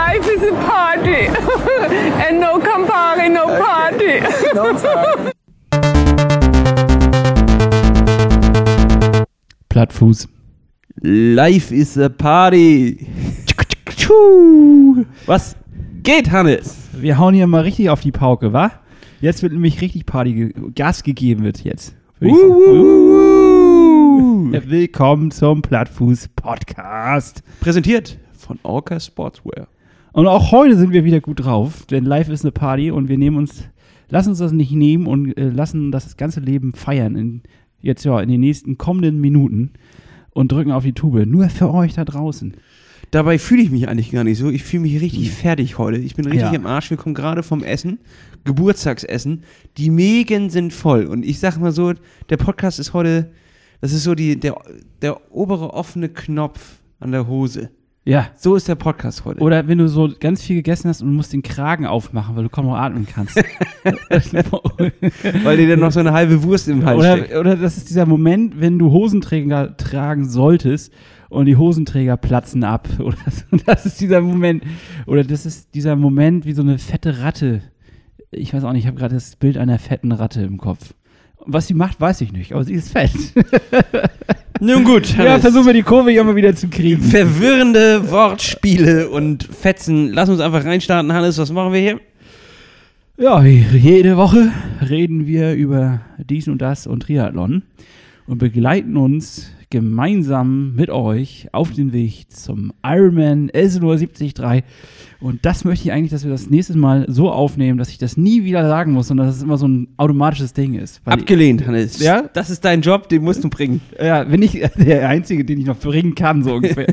life is a party. and no Campari, no party. Plattfuß. Life is a party. Was geht, Hannes? Wir hauen hier mal richtig auf die Pauke, wa? Jetzt wird nämlich richtig Party, ge Gas gegeben wird jetzt. würd ich sagen. Ja, Willkommen zum Plattfuß Podcast. Präsentiert von Orca Sportswear. Und auch heute sind wir wieder gut drauf, denn live ist eine Party und wir nehmen uns, lassen uns das nicht nehmen und äh, lassen das ganze Leben feiern in, jetzt ja in den nächsten kommenden Minuten und drücken auf die Tube. Nur für euch da draußen. Dabei fühle ich mich eigentlich gar nicht so. Ich fühle mich richtig fertig heute. Ich bin richtig Hm. Ja. im Arsch. Wir kommen gerade vom Essen, Geburtstagsessen. Die Mägen sind voll. Und ich sag mal so, der Podcast ist heute, das ist so die, der, der obere offene Knopf an der Hose. Ja. So ist der Podcast heute. Oder wenn du so ganz viel gegessen hast und musst den Kragen aufmachen, weil du kaum noch atmen kannst. Weil dir dann noch so eine halbe Wurst im Hals steckt. oder, oder das ist dieser Moment, wenn du Hosenträger tragen solltest und die Hosenträger platzen ab. Oder so. das ist dieser Moment. Oder das ist dieser Moment wie so eine fette Ratte. Ich weiß auch nicht, ich habe gerade das Bild einer fetten Ratte im Kopf. Was sie macht, weiß ich nicht, aber sie ist fett. Nun gut, ja, Hannes. versuchen wir die Kurve hier mal wieder zu kriegen. Verwirrende Wortspiele und Fetzen. Lass uns einfach reinstarten, Hannes. Was machen wir hier? Ja, jede Woche reden wir über dies und das und Triathlon und begleiten uns gemeinsam mit euch auf den Weg zum Ironman Elsinore 73. Und das möchte ich eigentlich, dass wir das nächste Mal so aufnehmen, dass ich das nie wieder sagen muss, sondern dass es immer so ein automatisches Ding ist. Weil Abgelehnt, Hannes. Ja? Das ist dein Job, den musst du bringen. ja, bin ich der Einzige, den ich noch bringen kann, so ungefähr.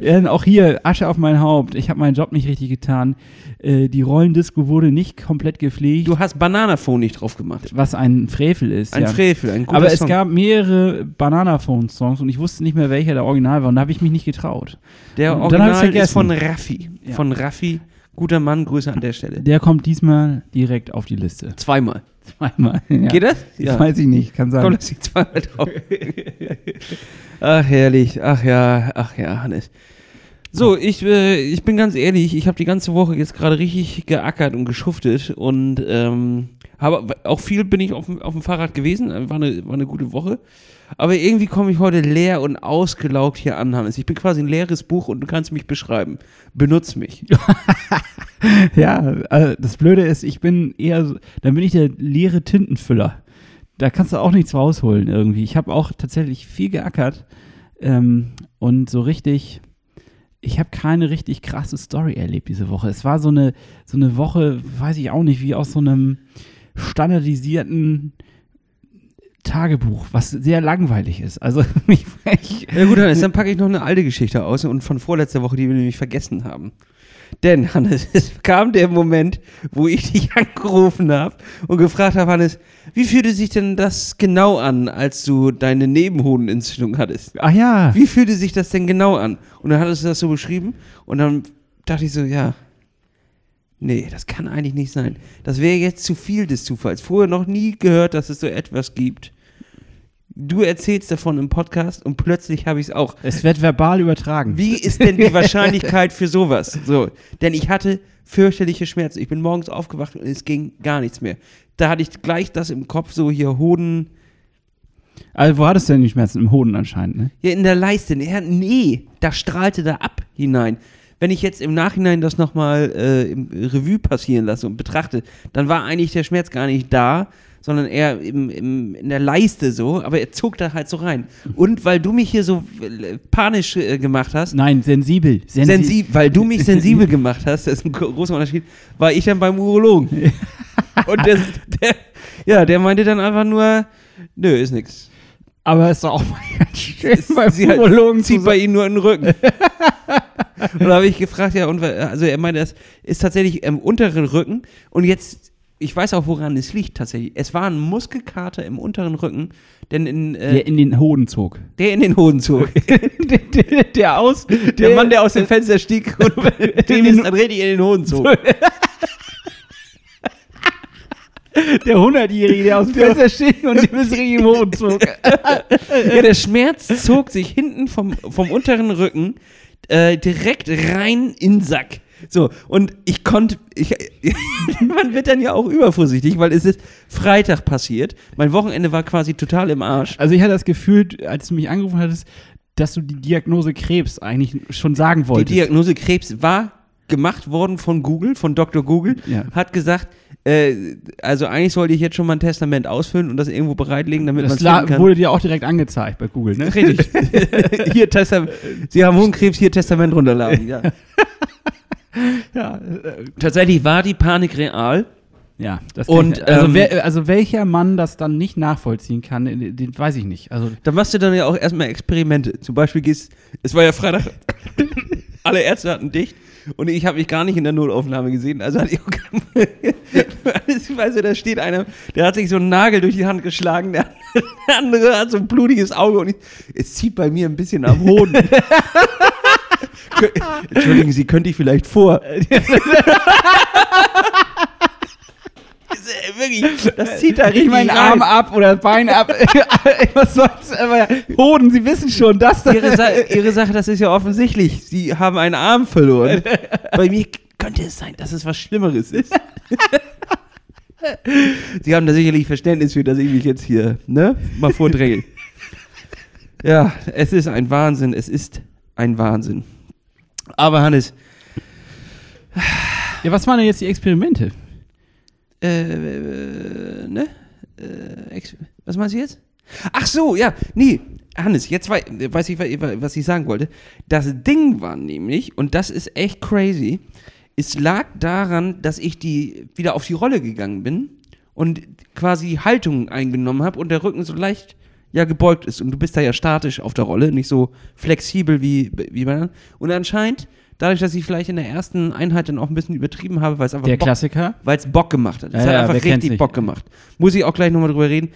ja, auch hier, Asche auf mein Haupt. Ich habe meinen Job nicht richtig getan. Äh, die Rollendisco wurde nicht komplett gepflegt. Du hast Bananaphone nicht drauf gemacht. was ein Frevel ist. Ein ja. Frevel, ein guter Aber es Song. gab mehrere Bananaphone-Songs und ich wusste nicht mehr, welcher der Original war. Und da habe ich mich nicht getraut. Der Dann Original hab ich's vergessen. ist von Raffi. Ja. Von Raffi. Guter Mann, Grüße an der Stelle. Der kommt diesmal direkt auf die Liste. Zweimal. Zweimal. Ja. Geht das? Ich weiß ich nicht, kann sein. Komm, lass dich zweimal drauf. halt ach, herrlich. Ach ja, ach ja, Hannes. So, ich, äh, ich bin ganz ehrlich, ich habe die ganze Woche jetzt gerade richtig geackert und geschuftet und ähm, habe auch viel bin ich auf, dem- auf dem Fahrrad gewesen, äh, war eine, war eine gute Woche. Aber irgendwie komme ich heute leer und ausgelaugt hier an, Hannes. Ich bin quasi ein leeres Buch und du kannst mich beschreiben. Benutz mich. Ja, äh, das Blöde ist, ich bin eher, so- dann bin ich der leere Tintenfüller. Da kannst du auch nichts rausholen irgendwie. Ich habe auch tatsächlich viel geackert ähm, und so richtig, ich habe keine richtig krasse Story erlebt diese Woche. Es war so eine, so eine Woche, weiß ich auch nicht, wie aus so einem standardisierten Tagebuch, was sehr langweilig ist. Also ich, ich Ja gut, Hannes, dann packe ich noch eine alte Geschichte aus und von vorletzter Woche, die wir nämlich vergessen haben. Denn, Hannes, es kam der Moment, wo ich dich angerufen habe und gefragt habe, Hannes, wie fühlte sich denn das genau an, als du deine Nebenhodenentzündung hattest? ach ja. Wie fühlte sich das denn genau an? Und dann hattest du das so beschrieben und dann dachte ich so, ja, nee, das kann eigentlich nicht sein. Das wäre jetzt zu viel des Zufalls. Vorher noch nie gehört, dass es so etwas gibt. Du erzählst davon im Podcast und plötzlich habe ich es auch. Es wird verbal übertragen. Wie ist denn die Wahrscheinlichkeit für sowas? So, denn ich hatte fürchterliche Schmerzen. Ich bin morgens aufgewacht und es ging gar nichts mehr. Da hatte ich gleich das im Kopf, so hier Hoden, Also wo hattest du denn die Schmerzen? Im Hoden anscheinend, ne? hier in der Leiste. Ja, nee, da strahlte da ab hinein. Wenn ich jetzt im Nachhinein das nochmal äh, im Revue passieren lasse und betrachte, dann war eigentlich der Schmerz gar nicht da, sondern eher im, im, in der Leiste so, aber er zog da halt so rein. Und weil du mich hier so äh, panisch äh, gemacht hast, Nein, sensibel. Sensi- Sensi weil du mich sensibel gemacht hast, das ist ein gro- großer Unterschied, war ich dann beim Urologen. Und der, der, ja, der meinte dann einfach nur, nö, ist nix. Aber ist doch auch mal ganz schön beim Sie hat- Urologen zu Zieht sein. bei ihm nur in den Rücken. und da habe ich gefragt, ja, und wa- also er meinte, das ist tatsächlich im unteren Rücken. Und jetzt, ich weiß auch, woran es liegt tatsächlich. Es war ein Muskelkater im unteren Rücken, denn in, äh, der in den Hoden zog. der in den Hoden zog. der, der, der aus, der, Der Mann, der aus dem Fenster stieg und dem ist dann richtig in den Hoden zog. der 100-Jährige, der aus dem Fenster steht und dem ist richtig im Hoden zog. Ja, der Schmerz zog sich hinten vom, vom unteren Rücken äh, direkt rein in den Sack. So, und ich konnte, ich, man wird dann ja auch übervorsichtig, weil es ist Freitag passiert. Mein Wochenende war quasi total im Arsch. Also ich hatte das Gefühl, als du mich angerufen hattest, dass du die Diagnose Krebs eigentlich schon sagen Die wolltest. Diagnose Krebs war gemacht worden von Google, von Dr. Google, Ja. hat gesagt, äh, also eigentlich sollte ich jetzt schon mal ein Testament ausfüllen und das irgendwo bereitlegen, damit man es das finden la- kann. wurde dir auch direkt angezeigt bei Google, ne? Richtig. hier Testament. Sie haben Hohenkrebs, hier Testament runterladen. Ja. Ja, äh, Tatsächlich war die Panik real. ja das Und, kann ich, also, ähm, wer, also welcher Mann das dann nicht nachvollziehen kann, den, den weiß ich nicht. Also Da machst du dann ja auch erstmal Experimente. Zum Beispiel gehst, es war ja Freitag, alle Ärzte hatten dicht und ich habe mich gar nicht in der Notaufnahme gesehen. Also hatte ich auch kein Alles, weißt du, da steht einer, der hat sich so einen Nagel durch die Hand geschlagen, der, der andere hat so ein blutiges Auge und ich, es zieht bei mir ein bisschen am Hoden. Kö- Entschuldigen Sie, könnte ich vielleicht vor. Das ist, äh, Wirklich, das zieht da richtig ich meinen rein. Arm ab oder Bein ab. Was soll's? Aber ja, Hoden, Sie wissen schon, dass das. ihre, Sa ihre Sache, das ist ja offensichtlich. Sie haben einen Arm verloren. Bei mir könnte es sein, dass es was Schlimmeres ist. Sie haben da sicherlich Verständnis für, dass ich mich jetzt hier ne, mal vordränge. ja, es ist ein Wahnsinn. Es ist ein Wahnsinn. Aber Hannes, Ja, was waren denn jetzt die Experimente? äh, äh, ne? Äh, Ex- was meinst du jetzt? Ach so, ja, nee. Hannes, jetzt wei weiß ich, wei- was ich sagen wollte. Das Ding war nämlich, und das ist echt crazy, es lag daran, dass ich die wieder auf die Rolle gegangen bin und quasi Haltung eingenommen habe und der Rücken so leicht ja gebeugt ist und du bist da ja statisch auf der Rolle, nicht so flexibel wie, wie bei anderen. Und anscheinend, dadurch, dass ich vielleicht in der ersten Einheit dann auch ein bisschen übertrieben habe, weil es einfach Der Bock Klassiker. weil es Bock gemacht hat. Es Ja, hat ja, wer einfach kennt's richtig nicht? Bock gemacht. Muss ich auch gleich nochmal drüber reden.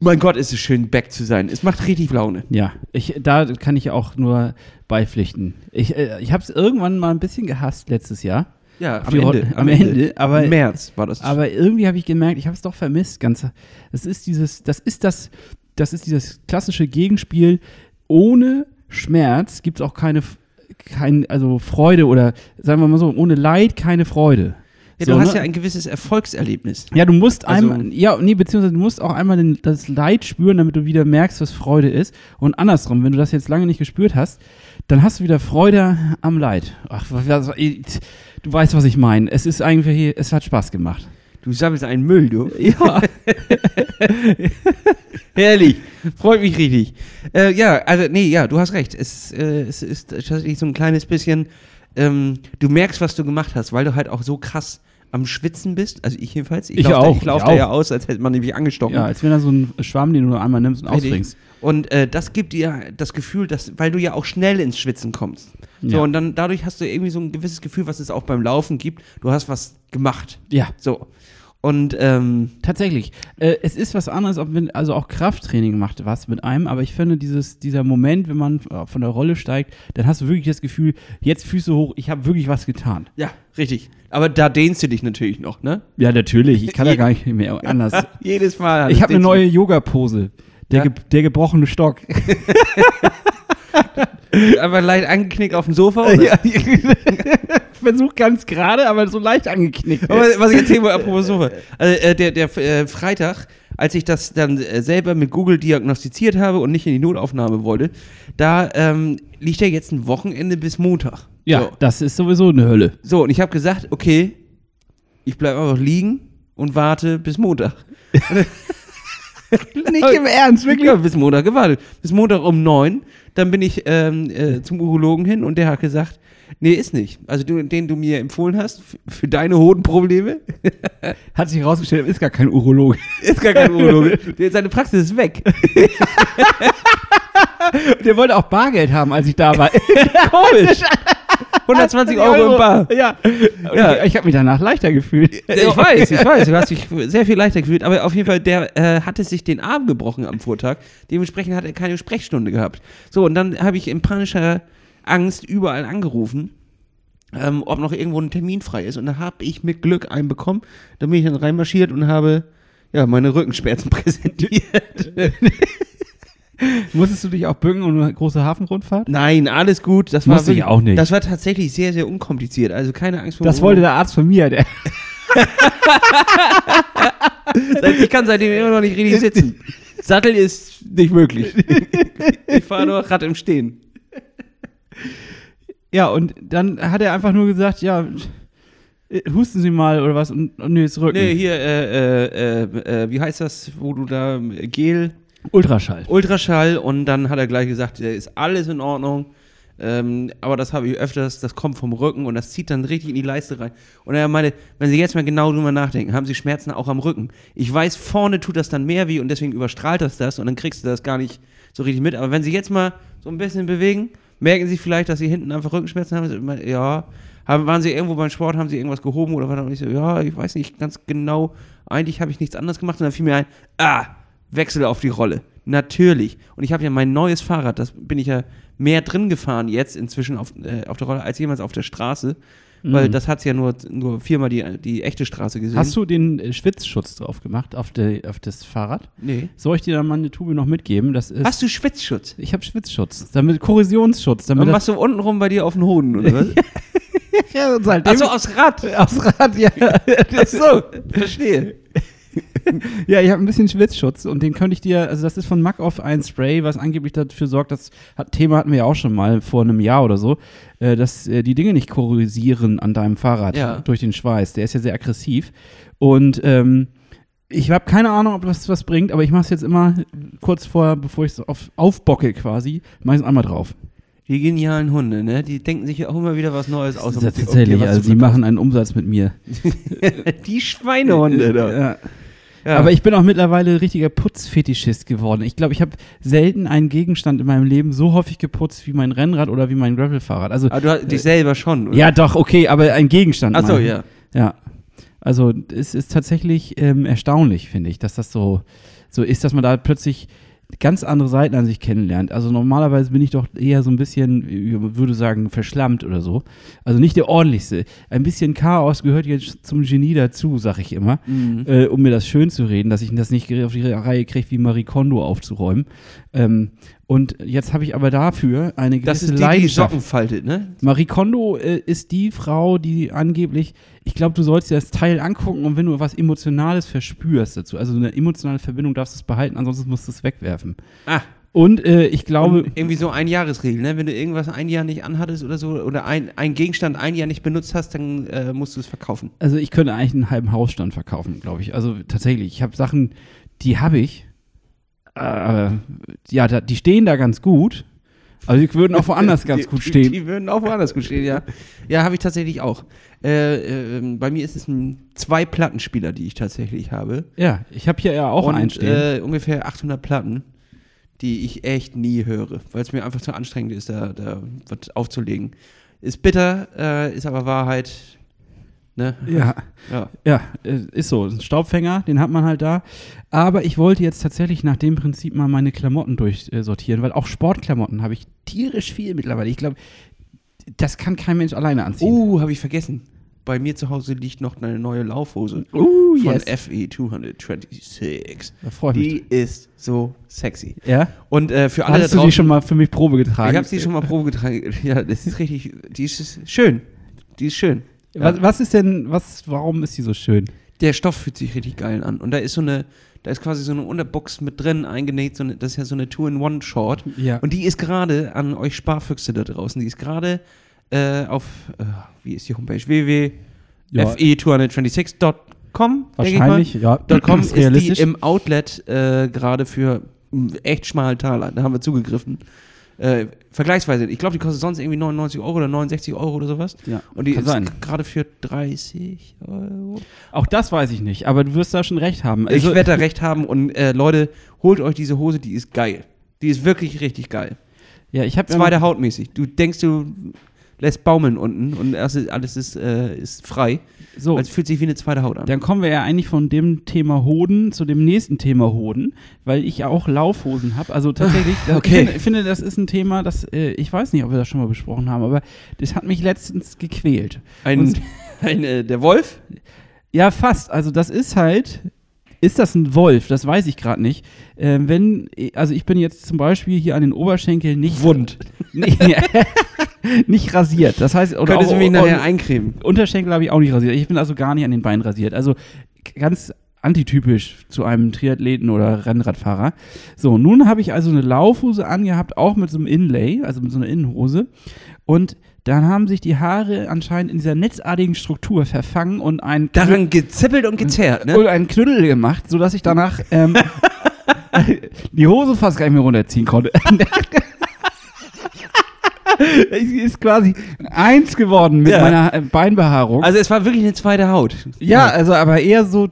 Mein Gott, ist es schön, back zu sein. Es macht richtig Laune. Ja, ich, da kann ich auch nur beipflichten. Ich, äh, ich habe es irgendwann mal ein bisschen gehasst letztes Jahr. Ja, Die Ro- am Ende, aber- Im März war das. Aber irgendwie habe ich gemerkt, ich habe es doch vermisst. Ganz, das ist dieses, das ist das, das ist dieses klassische Gegenspiel. Ohne Schmerz gibt es auch keine, F- kein, also Freude oder sagen wir mal so, ohne Leid keine Freude. ja, du so, hast ne? ja ein gewisses Erfolgserlebnis. Ja, du musst Also- einmal, ja, nee, beziehungsweise du musst auch einmal den, das Leid spüren, damit du wieder merkst, was Freude ist. Und andersrum, wenn du das jetzt lange nicht gespürt hast, dann hast du wieder Freude am Leid. Ach, was, was, du weißt, was ich meine. Es ist eigentlich, es hat Spaß gemacht. Du sammelst einen Müll, du. Ja, Herrlich. Freut mich richtig. Äh, ja, also, nee, ja, du hast recht. Es, äh, es ist tatsächlich so ein kleines bisschen, ähm, du merkst, was du gemacht hast, weil du halt auch so krass am Schwitzen bist. Also ich jedenfalls. Ich lauf da- auch, Ich laufe ich da ja auch. aus, als hätte man nämlich angestochen. ja als wenn da so ein Schwamm, den du nur einmal nimmst und Richtig. ausfängst. Und äh, das gibt dir das Gefühl, dass, weil du ja auch schnell ins Schwitzen kommst. So, Ja. und dann dadurch hast du irgendwie so ein gewisses Gefühl, was es auch beim Laufen gibt. Du hast was gemacht. Ja, So. Und ähm, tatsächlich. Äh, es ist was anderes, ob wenn, also auch Krafttraining macht was mit einem, aber ich finde, dieses, dieser Moment, wenn man äh, von der Rolle steigt, dann hast du wirklich das Gefühl, jetzt Füße hoch, ich habe wirklich was getan. ja, richtig. Aber da dehnst du dich natürlich noch, ne? Ja, natürlich. Ich kann ja gar nicht mehr anders. Jedes Mal. Ich habe eine neue Yoga-Pose. Der, Ja. ge der gebrochene Stock. Einfach leicht angeknickt auf dem Sofa. Oder? Versuch ganz gerade, aber so leicht angeknickt. Aber was ich erzählen wollte, apropos Sofa. Also, äh, der der äh, Freitag, als ich das dann äh, selber mit Google diagnostiziert habe und nicht in die Notaufnahme wollte, da ähm, liegt ja jetzt ein Wochenende bis Montag. ja, So. das ist sowieso eine Hölle. So, und ich habe gesagt, okay, ich bleibe einfach liegen und warte bis Montag. Nicht im Ernst, Ich habe bis Montag gewartet. Bis Montag um neun. Dann bin ich ähm, äh, zum Urologen hin und der hat gesagt, nee, ist nicht. Also du, den du mir empfohlen hast f- für deine Hodenprobleme, Hat sich herausgestellt, ist gar kein Urologe. ist gar kein Urologe. Der, seine Praxis ist weg. Der wollte auch Bargeld haben, als ich da war. Komisch. 120 Euro im Bar. Ja. Ja. Ich, ich habe mich danach leichter gefühlt. Oh, Ich weiß, ich weiß, du hast dich sehr viel leichter gefühlt, aber auf jeden Fall, der äh, hatte sich den Arm gebrochen am Vortag, dementsprechend hat er keine Sprechstunde gehabt. So, und dann habe ich in panischer Angst überall angerufen, ähm, ob noch irgendwo ein Termin frei ist. Und da habe ich mit Glück einen bekommen, da bin ich dann reinmarschiert und habe, ja, meine Rückenschmerzen präsentiert. Musstest du dich auch bücken und eine große Hafenrundfahrt? Nein, alles gut. Das war Musste ich wirklich- auch nicht. Das war tatsächlich sehr, sehr unkompliziert. Also keine Angst vor Das wollte der Arzt von mir. Der Ich kann seitdem immer noch nicht richtig sitzen. Sattel ist nicht möglich. Ich fahre nur Rad im Stehen. ja, und dann hat er einfach nur gesagt, ja, äh, husten Sie mal oder was und, und nee, ist Rücken. Nee, hier, äh, äh, äh, äh, wie heißt das, wo du da äh, Gel, Ultraschall. Ultraschall und dann hat er gleich gesagt, äh, ist alles in Ordnung. Ähm, aber das habe ich öfters, das kommt vom Rücken und das zieht dann richtig in die Leiste rein. Und er meinte, wenn Sie jetzt mal genau drüber nachdenken, haben Sie Schmerzen auch am Rücken. Ich weiß, vorne tut das dann mehr weh und deswegen überstrahlt das das und dann kriegst du das gar nicht so richtig mit. Aber wenn Sie jetzt mal so ein bisschen bewegen, merken Sie vielleicht, dass Sie hinten einfach Rückenschmerzen haben. Ich meinte, Ja, haben, waren Sie irgendwo beim Sport, haben Sie irgendwas gehoben oder was? Und ich so, ja, ich weiß nicht ganz genau. Eigentlich habe ich nichts anderes gemacht. Und dann fiel mir ein, ah, Wechsel auf die Rolle. Natürlich. Und ich habe ja mein neues Fahrrad, das bin ich ja mehr drin gefahren jetzt inzwischen auf, äh, auf der Rolle als jemals auf der Straße, weil das hat ja nur, nur viermal die, die echte Straße gesehen. Mhm. Hast du den äh, Schwitzschutz drauf gemacht auf, der- auf das Fahrrad? Nee. Soll ich dir dann mal eine Tube noch mitgeben? Das ist, Hast du Schwitzschutz? Ich habe Schwitzschutz, damit Korrosionsschutz, damit Und machst du untenrum bei dir auf den Hoden, oder was? das, ja, und seitdem, Achso, aus Rad. aus Rad, ja. Achso, verstehe. ja, ich habe ein bisschen Schwitzschutz und den könnte ich dir, also das ist von Mack Off ein Spray, was angeblich dafür sorgt, das hat, Thema hatten wir ja auch schon mal vor einem Jahr oder so, äh, dass äh, die Dinge nicht korrosieren an deinem Fahrrad Ja. durch den Schweiß. Der ist ja sehr aggressiv und ähm, ich habe keine Ahnung, ob das was bringt, aber ich mache es jetzt immer kurz vor, bevor ich es auf, aufbocke quasi, mache ich es einmal drauf. Die genialen Hunde, ne? Die denken sich ja auch immer wieder was Neues aus. Das um dir- um ist tatsächlich, dir was also zu die machen einen Umsatz mit mir. verkaufen. die Schweinehunde da. Ja. Ja. Aber ich bin auch mittlerweile richtiger Putzfetischist geworden. Ich glaube, ich habe selten einen Gegenstand in meinem Leben so häufig geputzt wie mein Rennrad oder wie mein Gravelfahrrad. Also Aber du hast dich selber schon, oder? ja, doch, okay, aber ein Gegenstand. Achso, meine ich. ja. Ja. Also es ist tatsächlich ähm, erstaunlich, finde ich, dass das so, so ist, dass man da plötzlich ganz andere Seiten an sich kennenlernt. Also normalerweise bin ich doch eher so ein bisschen, ich würde sagen, verschlammt oder so. Also nicht der ordentlichste. Ein bisschen Chaos gehört jetzt zum Genie dazu, sag ich immer, äh, um mir das schön zu reden, dass ich das nicht auf die Reihe kriege, wie Marie Kondo aufzuräumen. Ähm, und jetzt habe ich aber dafür eine gewisse Das ist die, die Leidenschaft. Socken faltet, ne? Marie Kondo äh, ist die Frau, die angeblich, ich glaube, du sollst dir das Teil angucken und wenn du was Emotionales verspürst dazu, also eine emotionale Verbindung darfst du es behalten, ansonsten musst du es wegwerfen. Ah, Und äh, ich glaube, und irgendwie so ein Jahresregel, ne? Wenn du irgendwas ein Jahr nicht anhattest oder so, oder ein, ein Gegenstand ein Jahr nicht benutzt hast, dann äh, musst du es verkaufen. also ich könnte eigentlich einen halben Hausstand verkaufen, glaube ich. Also tatsächlich, ich habe Sachen, die habe ich, äh, ja, da, die stehen da ganz gut, aber die würden auch woanders ganz Die- gut die- stehen. Die würden auch woanders gut stehen, ja. Ja, habe ich tatsächlich auch. Äh, ähm, bei mir ist es ein zwei Plattenspieler, die ich tatsächlich habe. Ja, ich habe hier ja auch Und, einen stehen. Äh, ungefähr 800 Platten, die ich echt nie höre, weil es mir einfach zu anstrengend ist, da, da was aufzulegen. Ist bitter, äh, ist aber Wahrheit. Ne? ja. ja. Ja, äh, ist so. Ein Staubfänger, den hat man halt da. Aber ich wollte jetzt tatsächlich nach dem Prinzip mal meine Klamotten durchsortieren, weil auch Sportklamotten habe ich tierisch viel mittlerweile. Ich glaube, das kann kein Mensch alleine anziehen. Oh, habe ich vergessen. Bei mir zu Hause liegt noch eine neue Laufhose Oh, von E yes. FE 226. Da freu ich mich Die ist so sexy. Ja? Und äh, für alle Hast du die schon mal für mich Probe getragen? ich habe sie schon mal Probe getragen. Ja, das ist richtig. Die ist schön. Die ist schön. Was, was ist denn, was, warum ist die so schön? Der Stoff fühlt sich richtig geil an. Und da ist so eine, da ist quasi so eine Unterbox mit drin eingenäht. So eine, das ist ja so eine Two-in-One-Short. Ja. Und die ist gerade an euch Sparfüchse da draußen. Die ist gerade äh, auf, äh, wie ist die Homepage? Ja. E www.fe226.com. denke ich mal. Wahrscheinlich, ja. Da kommt ist die realistisch. im Outlet äh, gerade für einen echt schmalen Taler. Da haben wir zugegriffen. Äh, vergleichsweise, ich glaube, die kostet sonst irgendwie 99 Euro oder 69 Euro oder sowas. Ja, Und die kann ist sein. gerade für 30 Euro. Auch das weiß ich nicht, aber du wirst da schon recht haben. Also, ich werde da recht haben und äh, Leute, holt euch diese Hose, die ist geil. Die ist wirklich richtig geil. ja, ich habe Zweite Hautmäßig. Du denkst, du lässt baumeln unten und erst ist- alles ist, äh, ist frei. so, Also Es fühlt sich wie eine zweite Haut an. Dann kommen wir ja eigentlich von dem Thema Hoden zu dem nächsten Thema Hoden, weil ich ja auch Laufhosen habe. Also tatsächlich, das, Okay. ich finde, finde, das ist ein Thema, das äh, ich weiß nicht, ob wir das schon mal besprochen haben, aber das hat mich letztens gequält. Ein, Und- ein, äh, der Wolf? Ja, fast. Also das ist halt Ist das ein Wolf? Das weiß ich gerade nicht. Ähm, wenn, also ich bin jetzt zum Beispiel hier an den Oberschenkeln nicht Wund. Nee, nicht rasiert. Das heißt, oder Könntest auch, du mich auch- nachher eincremen? Unterschenkel habe ich auch nicht rasiert. Ich bin also gar nicht an den Beinen rasiert. Also k- ganz antitypisch zu einem Triathleten oder Rennradfahrer. So, nun habe ich also eine Laufhose angehabt, auch mit so einem Inlay, also mit so einer Innenhose. Und dann haben sich die Haare anscheinend in dieser netzartigen Struktur verfangen und einen Daran gezippelt und gezerrt, ne? und einen Knüttel gemacht, sodass ich danach ähm, die Hose fast gar nicht mehr runterziehen konnte. Es ist quasi eins geworden mit Ja. meiner äh, Beinbehaarung. Also es war wirklich eine zweite Haut. ja, also aber eher so,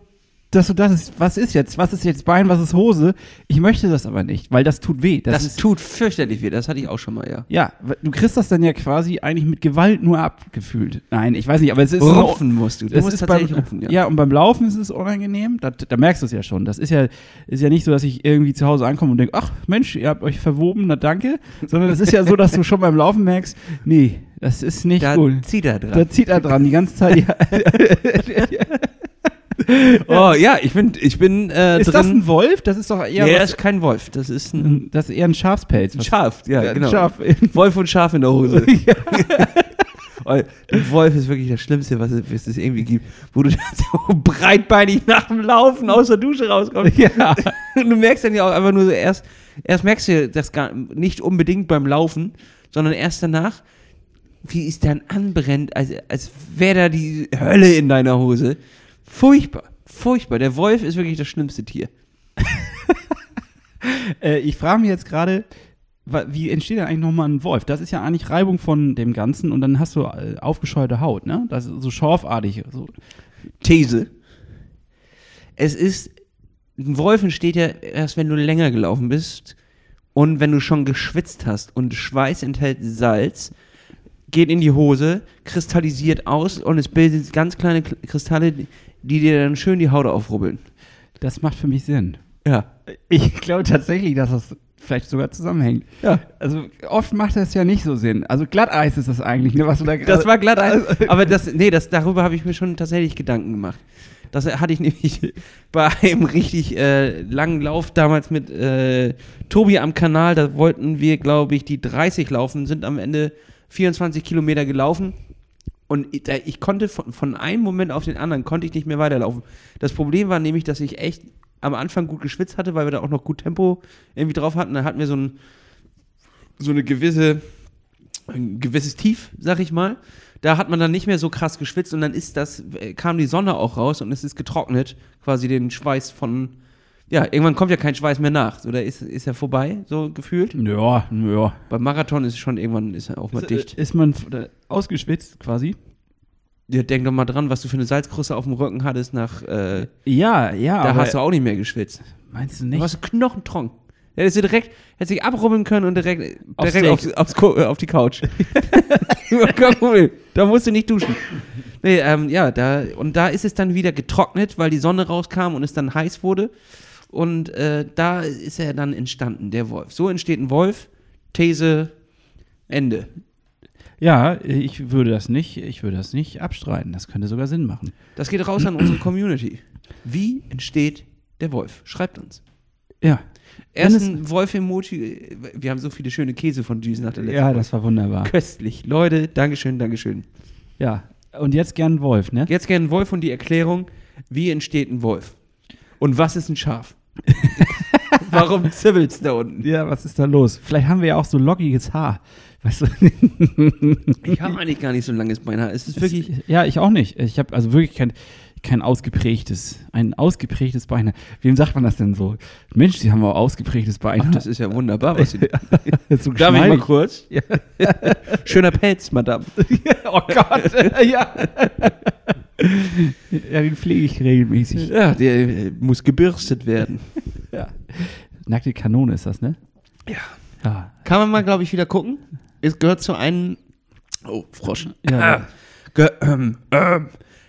dass du dachtest, was ist jetzt? Was ist jetzt Bein, was ist Hose? Ich möchte das aber nicht, weil das tut weh. Das, Das, ist, tut fürchterlich weh, das hatte ich auch schon mal, ja. ja, du kriegst das dann ja quasi eigentlich mit Gewalt nur abgefühlt. Nein, ich weiß nicht, aber es ist so- Rupfen musst du. Du es musst ist tatsächlich beim, rupfen, ja. ja. und beim Laufen ist es unangenehm. Da, da merkst du es ja schon. Das ist ja, ist ja nicht so, dass ich irgendwie zu Hause ankomme und denke, ach Mensch, ihr habt euch verwoben, na danke. Sondern es ist ja so, dass du schon beim Laufen merkst, nee, das ist nicht Da gut. zieht er dran. Da zieht er dran die ganze Zeit. Ja. Oh ja, ich bin, ich bin äh, ist das drin. ein Wolf? Das ist doch eher, nee, das was, ist kein Wolf, das ist ein, ein, das ist eher ein Schafspelz. ein Was- Schaf. Ja, ein genau. Schaf. Wolf und Schaf in der Hose. Oh, der Wolf ist wirklich das Schlimmste, was es, was es irgendwie gibt, wo du dann so breitbeinig nach dem Laufen aus der Dusche rauskommst. Ja. Und du merkst dann ja auch einfach nur so erst, erst merkst du das gar nicht unbedingt beim Laufen, sondern erst danach, wie es dann anbrennt, als, als wäre da die Hölle in deiner Hose. Furchtbar, furchtbar. Der Wolf ist wirklich das schlimmste Tier. Äh, ich frage mich jetzt gerade, wa- wie entsteht denn eigentlich nochmal ein Wolf? Das ist ja eigentlich Reibung von dem Ganzen und dann hast du äh, aufgescheuerte Haut, ne? Das ist so schorfartig. So. These. Es ist, ein Wolf entsteht ja erst, wenn du länger gelaufen bist und wenn du schon geschwitzt hast und Schweiß enthält Salz, geht in die Hose, kristallisiert aus und es bildet ganz kleine K- Kristalle, die dir dann schön die Haut aufrubbeln. Das macht für mich Sinn. Ja. Ich glaube tatsächlich, dass das vielleicht sogar zusammenhängt. Ja. Also oft macht das ja nicht so Sinn. Also Glatteis ist das eigentlich, ne, was du da gerade. Das war glatt. Aber das, nee, das, darüber habe ich mir schon tatsächlich Gedanken gemacht. Das hatte ich nämlich bei einem richtig äh, langen Lauf damals mit äh, Tobi am Kanal. Da wollten wir, glaube ich, die 30 laufen, sind am Ende 24 Kilometer gelaufen. Und ich, da- ich konnte von, von einem Moment auf den anderen, konnte ich nicht mehr weiterlaufen. Das Problem war nämlich, dass ich echt am Anfang gut geschwitzt hatte, weil wir da auch noch gut Tempo irgendwie drauf hatten. Da hatten wir so, ein, so eine gewisse, ein gewisses Tief, sag ich mal. Da hat man dann nicht mehr so krass geschwitzt und dann ist das, äh, kam die Sonne auch raus und es ist getrocknet, quasi den Schweiß von, ja, irgendwann kommt ja kein Schweiß mehr nach. So, da ist, ist ja vorbei, so gefühlt. ja, ja. Beim Marathon ist es schon irgendwann ist er auch mal Ist, dicht. äh, ist man f- da- ausgeschwitzt quasi? Ja, denk doch mal dran, was du für eine Salzkruste auf dem Rücken hattest nach. Äh, Ja, ja. da aber- hast du auch nicht mehr geschwitzt. meinst du Du warst knochentrocken. Ja, hättest du direkt, hättest dich abrubbeln können und direkt, Aufs direkt aufs, Steak. aufs, Ko- äh, auf die Couch. Überhaupt Kein Problem. Da musst du nicht duschen. Nee, ähm, ja, da, und da ist es dann wieder getrocknet, weil die Sonne rauskam und es dann heiß wurde. Und äh, da ist er dann entstanden, der Wolf. So entsteht ein Wolf. These, Ende. Ja, ich würde das nicht, ich würde das nicht abstreiten. Das könnte sogar Sinn machen. Das geht raus an unsere Community. Wie entsteht der Wolf? Schreibt uns. Ja. Erst Wenn es- ein Wolf-Emoji. Wir haben so viele schöne Käse von Düsen nach der letzten Ja, Folge. das war wunderbar. köstlich. Leute, Dankeschön, Dankeschön. Ja. Und jetzt gern Wolf, ne? Jetzt gerne ein Wolf und die Erklärung, wie entsteht ein Wolf? Und was ist ein Schaf? Warum zibbelt's da unten? Ja, was ist da los? Vielleicht haben wir ja auch so lockiges Haar. Weißt du? Ich habe eigentlich gar nicht so ein langes Beinhaar. Es ist Wirklich? wirklich. ja, ich auch nicht. Ich habe also wirklich kein, kein ausgeprägtes, ein ausgeprägtes Bein. Wem sagt man das denn so? Mensch, die haben auch ausgeprägtes Bein. Ach, das ist ja wunderbar, was Sie ist so Darf ich mal geschmeidig. kurz? Schöner Pelz, Madame. Oh Gott, ja. ja, den pflege ich regelmäßig. Ja, der äh, muss gebürstet werden. Ja. Nackte Kanone ist das, ne? Ah. Ja. Ja. Kann man mal, glaube ich, wieder gucken. Es gehört zu einem. Oh, Frosch. Ja. Ah. Gehör, ähm, ähm,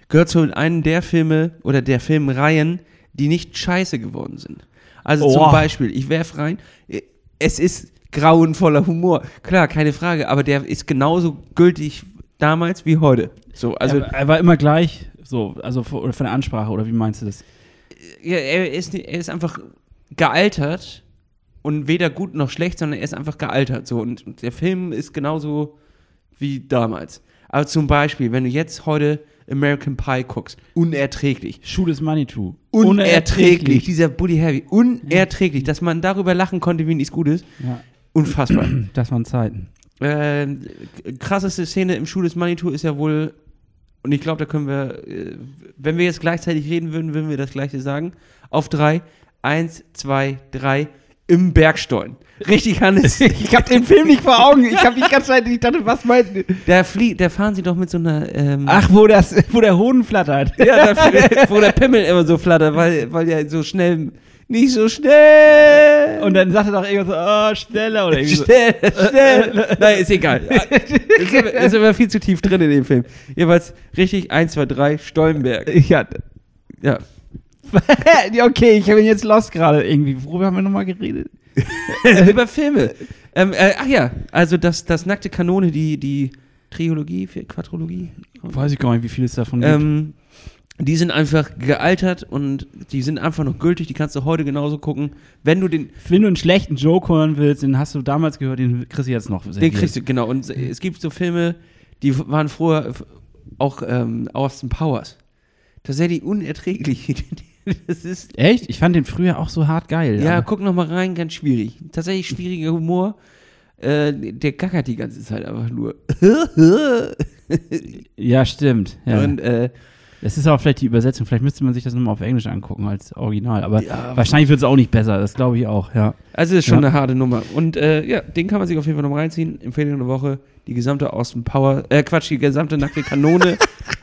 gehört zu einem der Filme oder der Filmreihen, die nicht scheiße geworden sind. Also Oha. zum Beispiel, ich werf rein, äh, es ist grauenvoller Humor. Klar, keine Frage, aber der ist genauso gültig damals wie heute. So, also Also, er war immer gleich, so, also von, oder von der Ansprache, oder wie meinst du das? ja, er, ist, ni- er ist einfach gealtert und weder gut noch schlecht, sondern er ist einfach gealtert. So. Und, und der Film ist genauso wie damals. Aber zum Beispiel, wenn du jetzt heute American Pie guckst, unerträglich. Shoot is money too. Unerträglich. Dieser Buddy Heavy, unerträglich. Dass man darüber lachen konnte, wie nichts Gutes. Ja, Unfassbar. das waren Zeiten. Ähm, krasseste Szene im Schuh des Manitou ist ja wohl, und ich glaube, da können wir, äh, wenn wir jetzt gleichzeitig reden würden, würden wir das gleiche sagen. Auf drei. Eins, zwei, drei. Im Bergstollen. Richtig, Hannes. Ich habe den Film nicht vor Augen. Ich habe die ganze Zeit, ich dachte, was meinst du? da, flie da fahren sie doch mit so einer. Ähm, Ach, wo, das, wo der Hoden flattert. ja, da, flie- wo der Pimmel immer so flattert, weil, weil der so schnell. Nicht so schnell! Und dann sagt er doch irgendwas so, oh, schneller oder irgendwie so. Schnell, schnell. Nein, ist egal. Ist immer, ist immer viel zu tief drin in dem Film. Jeweils richtig 1, 2, 3, Stollenberg. Ja, Ja. ja, okay, ich bin jetzt lost gerade irgendwie. Worüber haben wir nochmal geredet? Über Filme. Ähm, äh, ach ja, also das, das nackte Kanone, die, die Trilogie, Vier- Quadrologie. Weiß ich gar nicht, wie viel es davon gibt. Ähm, die sind einfach gealtert und die sind einfach noch gültig. Die kannst du heute genauso gucken. Wenn du den, Wenn du einen schlechten Joke hören willst, den hast du damals gehört, den kriegst du jetzt noch. den kriegst du, genau. Und es gibt so Filme, die waren früher f- auch ähm, Austin Powers. Tatsächlich unerträglich. Das ist Echt? Ich fand den früher auch so hart geil. Ja, aber- guck noch mal rein, ganz schwierig. Tatsächlich schwieriger Humor. Äh, der gackert die ganze Zeit einfach nur. ja stimmt. Ja. Und äh, das ist auch vielleicht die Übersetzung. Vielleicht müsste man sich das nochmal auf Englisch angucken als Original. Aber Ja. wahrscheinlich wird es auch nicht besser. Das glaube ich auch, ja. also ist schon Ja. eine harte Nummer. Und äh, ja, den kann man sich auf jeden Fall noch mal reinziehen. Empfehlung der Woche, die gesamte Austin Power, äh, Quatsch, die gesamte nackte Kanone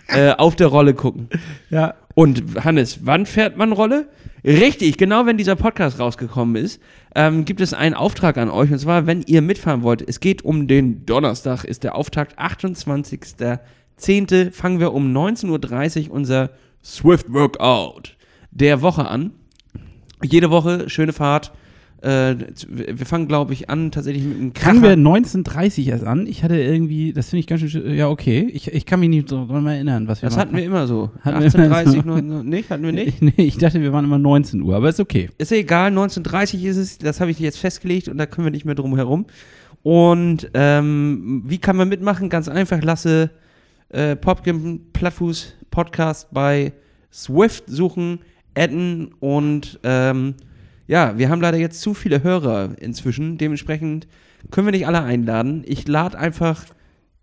äh, auf der Rolle gucken. Ja. Und Hannes, wann fährt man Rolle? Richtig, genau wenn dieser Podcast rausgekommen ist, ähm, gibt es einen Auftrag an euch. Und zwar, wenn ihr mitfahren wollt, es geht um den Donnerstag, ist der Auftakt 28.10. Fangen wir um 19.30 Uhr unser Swift Workout der Woche an. Jede Woche schöne Fahrt. Äh, wir fangen, glaube ich, an tatsächlich mit einem Fangen wir Kracher. 1930 erst an. Ich hatte irgendwie, das finde ich ganz schön, sch- ja okay. Ich, ich kann mich nicht so dran erinnern, was wir Das hatten wir immer so. Hatten wir immer so. 18.30 Uhr, nicht? Hatten wir nicht? Ich, nee, ich dachte, wir waren immer 19 Uhr, aber ist okay. ist ja egal, 1930 ist es, das habe ich jetzt festgelegt und da können wir nicht mehr drum herum. Und ähm, wie kann man mitmachen? Ganz einfach, lasse äh, Popkin Plattfuß Podcast bei Swift suchen, adden und ähm, ja, wir haben leider jetzt zu viele Hörer inzwischen, dementsprechend können wir nicht alle einladen. Ich lade einfach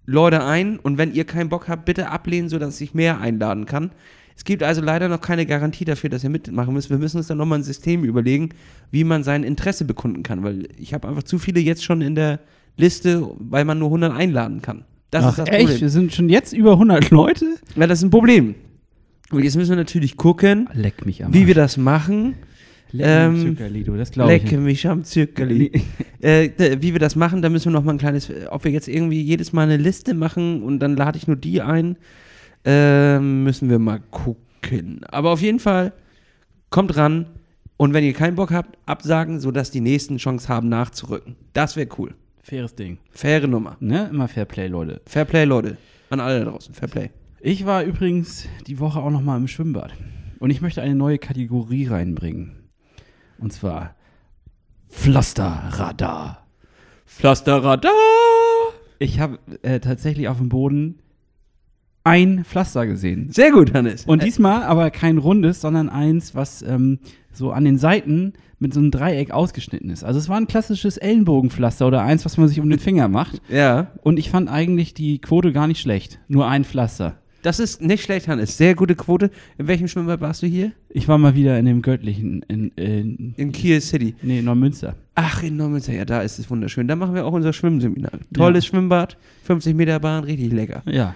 Leute ein und wenn ihr keinen Bock habt, bitte ablehnen, sodass ich mehr einladen kann. Es gibt also leider noch keine Garantie dafür, dass ihr mitmachen müsst. Wir müssen uns dann nochmal ein System überlegen, wie man sein Interesse bekunden kann, weil ich habe einfach zu viele jetzt schon in der Liste, weil man nur 100 einladen kann. Das Ach ist das echt? Problem. Wir sind schon jetzt über 100 Leute? Ja, das ist ein Problem. Und jetzt müssen wir natürlich gucken, Leck mich am wie wir das machen. Leck mich ähm, am Zuckerli, du, das glaube ich. Lecke mich am Zirkeli. äh, d- wie wir das machen, da müssen wir noch mal ein kleines, äh, ob wir jetzt irgendwie jedes Mal eine Liste machen und dann lade ich nur die ein, ähm, müssen wir mal gucken. Aber auf jeden Fall, kommt ran und wenn ihr keinen Bock habt, absagen, sodass die nächsten Chance haben nachzurücken. Das wäre cool. Faires Ding. Faire Nummer. Ne? Immer Fairplay, Leute. Fairplay, Leute. An alle da draußen. Fairplay. Ich war übrigens die Woche auch noch mal im Schwimmbad. Und ich möchte eine neue Kategorie reinbringen. Und zwar Pflasterradar. Pflasterradar! Ich habe äh, tatsächlich auf dem Boden ein Pflaster gesehen. Sehr gut, Hannes. Und diesmal aber kein rundes, sondern eins, was ähm, so an den Seiten mit so einem Dreieck ausgeschnitten ist. Also es war ein klassisches Ellenbogenpflaster oder eins, was man sich um den Finger macht. ja. Und ich fand eigentlich die Quote gar nicht schlecht. Nur ein Pflaster. Das ist nicht schlecht, Hannes. Sehr gute Quote. In welchem Schwimmbad warst du hier? Ich war mal wieder in dem göttlichen, in, in, In Kiel City. nee, Neumünster. Ach, in Neumünster, ja, da ist es wunderschön. Da machen wir auch unser Schwimmseminar. Tolles Schwimmbad, 50 Meter Bahn, richtig lecker. Ja.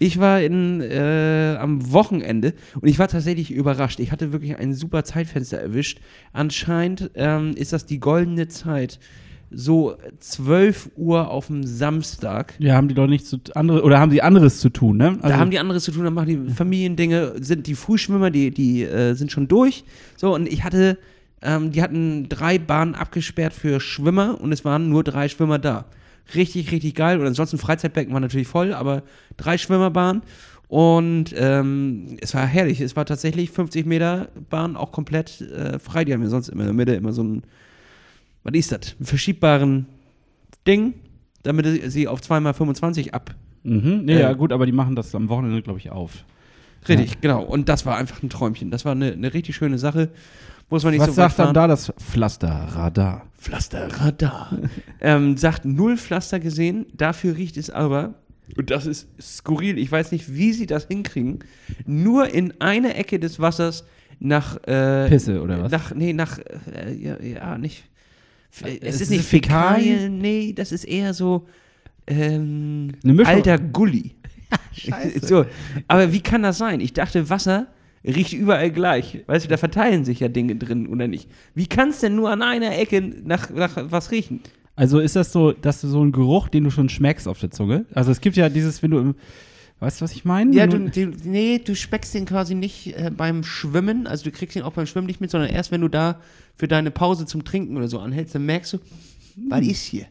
Ich war in, äh, am Wochenende und ich war tatsächlich überrascht. Ich hatte wirklich ein super Zeitfenster erwischt. Anscheinend ähm, ist das die goldene Zeit. So 12 Uhr auf dem Samstag. Ja, haben die doch nichts zu andere oder haben sie anderes zu tun, ne? da haben die anderes zu tun, da machen die Familiendinge, sind die Frühschwimmer, die, die äh, sind schon durch. So, und ich hatte, ähm, die hatten drei Bahnen abgesperrt für Schwimmer und es waren nur drei Schwimmer da. Richtig, richtig geil. Und ansonsten Freizeitbecken war natürlich voll, aber drei Schwimmerbahnen. Und ähm, es war herrlich. Es war tatsächlich 50 Meter Bahn auch komplett äh, frei. Die haben ja sonst immer in der Mitte immer so einen, was ist das? Einen verschiebbaren Ding, damit sie auf 2x25 ab. Mhm. Nee, Äh. ja, gut, aber die machen das am Wochenende, glaube ich, auf. Richtig, genau. Und das war einfach ein Träumchen. Das war eine, eine richtig schöne Sache. Muss man nicht Was so weit sagt dann fahren. da das Pflasterradar? Pflasterradar. ähm, sagt null Pflaster gesehen, dafür riecht es aber, und das ist skurril, ich weiß nicht, wie sie das hinkriegen, nur in eine Ecke des Wassers nach. Äh, Pisse oder was? Nach, nee, nach. Äh, ja, ja, nicht. F- äh, Ist Es es ist nicht Fäkalien? Fäkalien, nee, das ist eher so. Ähm, Eine Mischung. alter Gulli. so, aber wie kann das sein? Ich dachte, Wasser riecht überall gleich. Weißt du, da verteilen sich ja Dinge drin oder nicht. Wie kann es denn nur an einer Ecke nach, nach was riechen? Also ist das so, dass du so einen Geruch, den du schon schmeckst auf der Zunge? Also es gibt ja dieses, wenn du im, weißt du, was ich meine? Ja, du, Wenn du, nee, du speckst den quasi nicht äh, beim Schwimmen, also du kriegst ihn auch beim Schwimmen nicht mit, sondern erst wenn du da für deine Pause zum Trinken oder so anhältst, dann merkst du, was ist hier?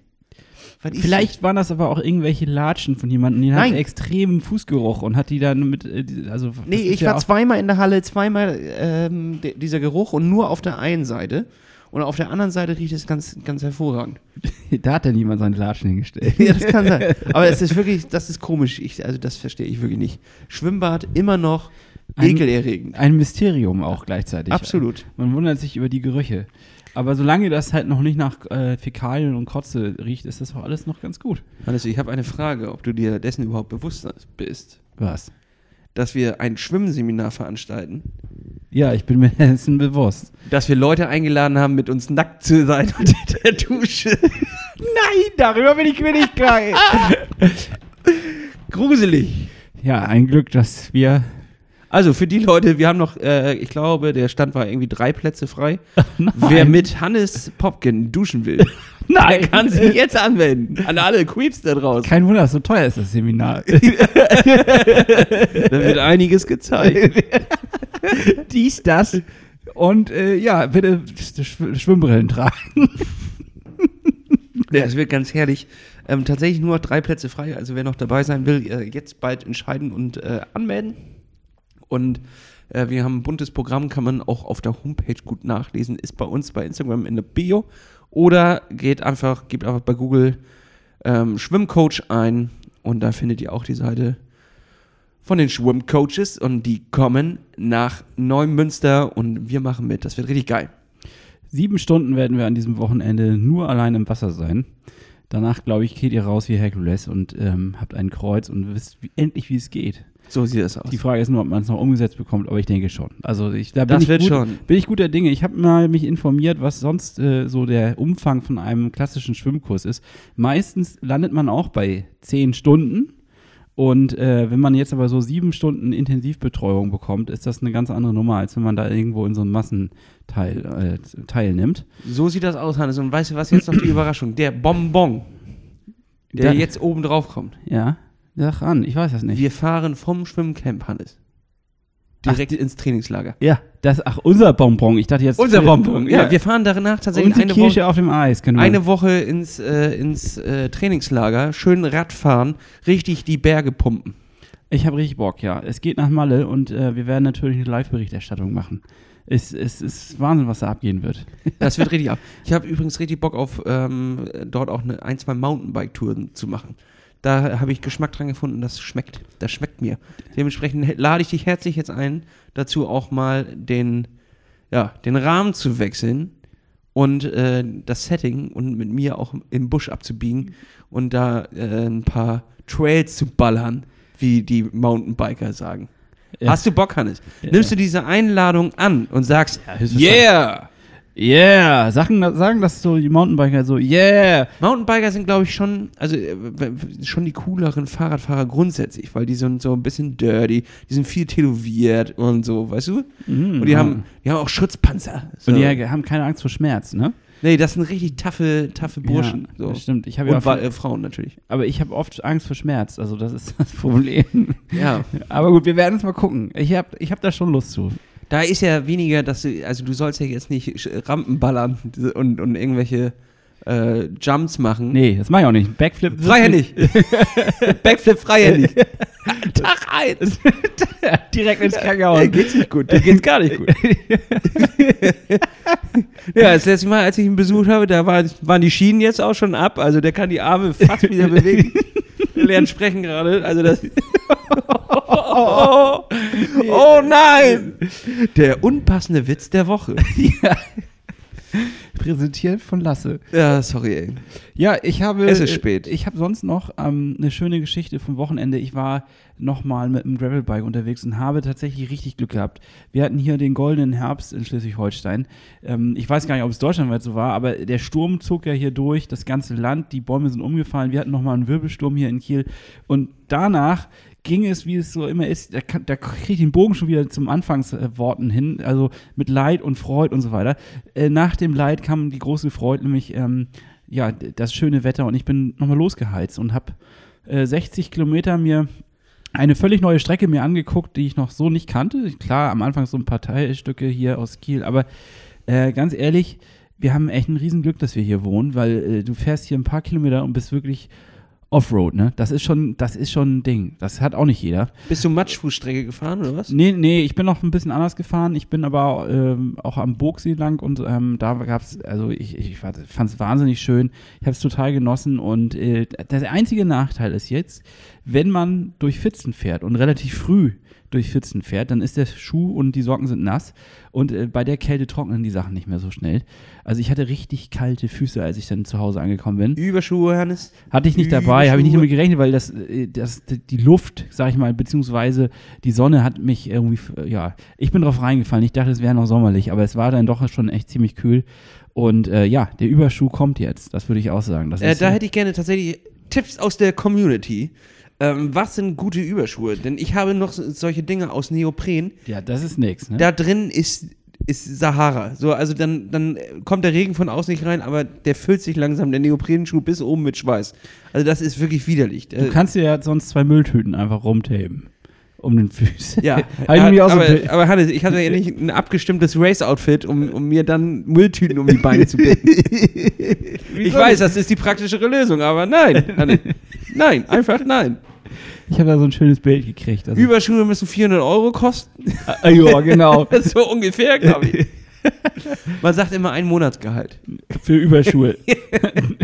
Was ist Vielleicht waren das aber auch irgendwelche Latschen von jemandem, die Nein. hatten extremen Fußgeruch und hat die dann mit, äh, die- also das Nee, gibt's ich ja war auch- zweimal in der Halle, zweimal ähm, d- dieser Geruch und nur auf der einen Seite. Und auf der anderen Seite riecht es ganz, ganz hervorragend. Da hat dann jemand seine Latschen hingestellt. Ja, das kann sein. Aber es ist wirklich, das ist komisch. Ich, also das verstehe ich wirklich nicht. Schwimmbad immer noch Ein- ekelerregend. Ein Mysterium auch äh, gleichzeitig. Absolut. Man wundert sich über die Gerüche. Aber solange das halt noch nicht nach äh, Fäkalien und Kotze riecht, ist das auch alles noch ganz gut. Hannes, ich habe eine Frage, ob du dir dessen überhaupt bewusst bist, Was? dass wir ein Schwimmseminar veranstalten, Ja, ich bin mir dessen bewusst. dass wir Leute eingeladen haben, mit uns nackt zu sein unter der Dusche. Nein, darüber bin ich mir nicht klar. Gruselig. ja, ein Glück, dass wir. Also für die Leute, wir haben noch, äh, ich glaube, der Stand war irgendwie drei Plätze frei. Nein. Wer mit Hannes Popkin duschen will, Nein, der kann sich jetzt anmelden. An alle Creeps da draußen. Kein Wunder, so teuer ist das Seminar. Da wird einiges gezeigt. Dies, das. Und äh, ja, bitte Sch Schwimmbrillen tragen. Ja, es wird ganz herrlich. Ähm, tatsächlich nur noch drei Plätze frei. Also wer noch dabei sein will, äh, jetzt bald entscheiden und äh, anmelden. Und äh, wir haben ein buntes Programm, kann man auch auf der Homepage gut nachlesen. Ist bei uns bei Instagram in der Bio. Oder geht einfach, gebt einfach bei Google ähm, Schwimmcoach ein und da findet ihr auch die Seite von den Schwimmcoaches und die kommen nach Neumünster und wir machen mit. Das wird richtig geil. Sieben Stunden werden wir an diesem Wochenende nur allein im Wasser sein. Danach, glaube ich, geht ihr raus wie Herkules und ähm, habt ein Kreuz und wisst wie, endlich, wie es geht. So sieht das aus. Die Frage ist nur, ob man es noch umgesetzt bekommt, aber ich denke schon. Also ich, da bin Das ich wird gut, schon. Bin ich guter Dinge. Ich habe mal mich informiert, was sonst äh, so der Umfang von einem klassischen Schwimmkurs ist. Meistens landet man auch bei zehn Stunden. Und äh, wenn man jetzt aber so sieben Stunden Intensivbetreuung bekommt, ist das eine ganz andere Nummer, als wenn man da irgendwo in so einem Massenteil äh, teilnimmt. So sieht das aus, Hannes. Und weißt du was jetzt noch die Überraschung? Der Bonbon, der Da- jetzt oben drauf kommt. Ja, sag an, ich weiß das nicht. Wir fahren vom Schwimmcamp, Hannes. Ach, Direkt ins Trainingslager. Ja, das, ach, unser Bonbon. Ich dachte jetzt. ja. ja. Wir fahren danach tatsächlich Unsere eine Woche, Kirsche auf dem Eis, können wir. eine Woche ins, äh, ins äh, Trainingslager, schön Radfahren, richtig die Berge pumpen. Ich habe richtig Bock, ja. Es geht nach Malle und äh, wir werden natürlich eine Live-Berichterstattung machen. Es, es ist Wahnsinn, was da abgehen wird. Das wird richtig ab. Ich habe übrigens richtig Bock auf ähm, dort auch eine, ein, zwei Mountainbike-Touren zu machen. Da habe ich Geschmack dran gefunden, das schmeckt. Das schmeckt mir. Dementsprechend he- lade ich dich herzlich jetzt ein, dazu auch mal den, ja, den Rahmen zu wechseln und äh, das Setting und mit mir auch im Busch abzubiegen und da äh, ein paar Trails zu ballern, wie die Mountainbiker sagen. Ja. Hast du Bock, Hannes? Ja. Nimmst du diese Einladung an und sagst, höchstwahrscheinlich. yeah! Yeah! Sagen, sagen das so die Mountainbiker so, yeah! Mountainbiker sind, glaube ich, schon, also äh, w- w- schon die cooleren Fahrradfahrer grundsätzlich, weil die sind so ein bisschen dirty, die sind viel tätowiert und so, weißt du? Mhm. Und die haben, äh, die haben auch Schutzpanzer. So. Und die haben keine Angst vor Schmerz, ne? nee, das sind richtig taffe, taffe Burschen. Ja, so. das stimmt. Ich habe ja Und Wa- oft, äh, Frauen natürlich. aber ich habe oft Angst vor Schmerz. Also das ist das Problem. Ja. aber gut, wir werden es mal gucken. Ich habe ich hab da schon Lust zu. Da ist ja weniger, dass du, also du sollst ja jetzt nicht Sch- Rampen ballern und, und irgendwelche äh, Jumps machen. Nee, das mache ich auch nicht. Backflip. Freihändig. Backflip freihändig. Tag eins. Direkt ins Äh, Krankenhaus. Der geht's nicht gut. Der geht's gar nicht gut. ja, das letzte Mal, als ich ihn besucht habe, da waren, waren die Schienen jetzt auch schon ab. Also der kann die Arme fast wieder bewegen. Wir lernen sprechen gerade. Also das. Oh, oh nein! Der unpassende Witz der Woche. Präsentiert von Lasse. Ja, sorry, ey. Ja, ich habe. Es ist spät. Ich habe sonst noch ähm, eine schöne Geschichte vom Wochenende. Ich war nochmal mit einem Gravelbike unterwegs und habe tatsächlich richtig Glück gehabt. Wir hatten hier den goldenen Herbst in Schleswig-Holstein. Ähm, ich weiß gar nicht, ob es deutschlandweit so war, aber der Sturm zog ja hier durch, das ganze Land, die Bäume sind umgefallen. Wir hatten nochmal einen Wirbelsturm hier in Kiel. Und danach ging es, wie es so immer ist, da, kann- da kriege ich den Bogen schon wieder zum Anfangsworten hin, also mit Leid und Freud und so weiter. Äh, nach dem Leid kam die große Freude, nämlich ähm, ja, d- das schöne Wetter und ich bin nochmal losgeheizt und habe äh, 60 Kilometer mir eine völlig neue Strecke mir angeguckt, die ich noch so nicht kannte. Klar, am Anfang so ein paar Teilstücke hier aus Kiel, aber äh, ganz ehrlich, wir haben echt ein Riesenglück, dass wir hier wohnen, weil äh, du fährst hier ein paar Kilometer und bist wirklich Offroad, ne? Das ist schon, das ist schon ein Ding. Das hat auch nicht jeder. Bist du Matschfußstrecke gefahren oder was? Nee, nee, ich bin noch ein bisschen anders gefahren. Ich bin aber ähm, auch am Burgsee lang und ähm, da gab's, also ich, ich fand es wahnsinnig schön. Ich habe es total genossen und äh, der einzige Nachteil ist jetzt, wenn man durch Pfützen fährt und relativ früh durch Pfützen fährt, dann ist der Schuh und die Socken sind nass und äh, bei der Kälte trocknen die Sachen nicht mehr so schnell. Also ich hatte richtig kalte Füße, als ich dann zu Hause angekommen bin. Überschuhe, Hannes? Hatte ich nicht dabei, habe ich nicht damit gerechnet, weil das, äh, das, die Luft, sag ich mal, beziehungsweise die Sonne hat mich irgendwie, f- ja, ich bin drauf reingefallen. Ich dachte, es wäre noch sommerlich, aber es war dann doch schon echt ziemlich kühl. Und äh, ja, der Überschuh kommt jetzt, das würde ich auch sagen. Das Äh, ist, da hätte ich gerne tatsächlich Tipps aus der Community. Ähm, was sind gute Überschuhe? Denn ich habe noch so- solche Dinge aus Neopren. ja, das ist nix, ne? Da drin ist, ist Sahara. So, also dann, dann kommt der Regen von außen nicht rein, aber der füllt sich langsam, der Neoprenschuh bis oben mit Schweiß. Also das ist wirklich widerlich. Äh, du kannst dir ja sonst zwei Mülltüten einfach rumtapen. Um den Füßen. ja, äh, Habe ich mir auch so aber, aber Hannes, ich hatte ja nicht ein abgestimmtes Race-Outfit, um, um mir dann Mülltüten um die Beine zu binden. ich weiß, das ist die praktischere Lösung, aber nein, Hannes. Nein, einfach nein. ich habe da so ein schönes Bild gekriegt. Also, Überschuhe müssen 400 Euro kosten. Ah, ja, genau. so ungefähr, glaube ich. Man sagt immer ein Monatsgehalt. Für Überschuhe.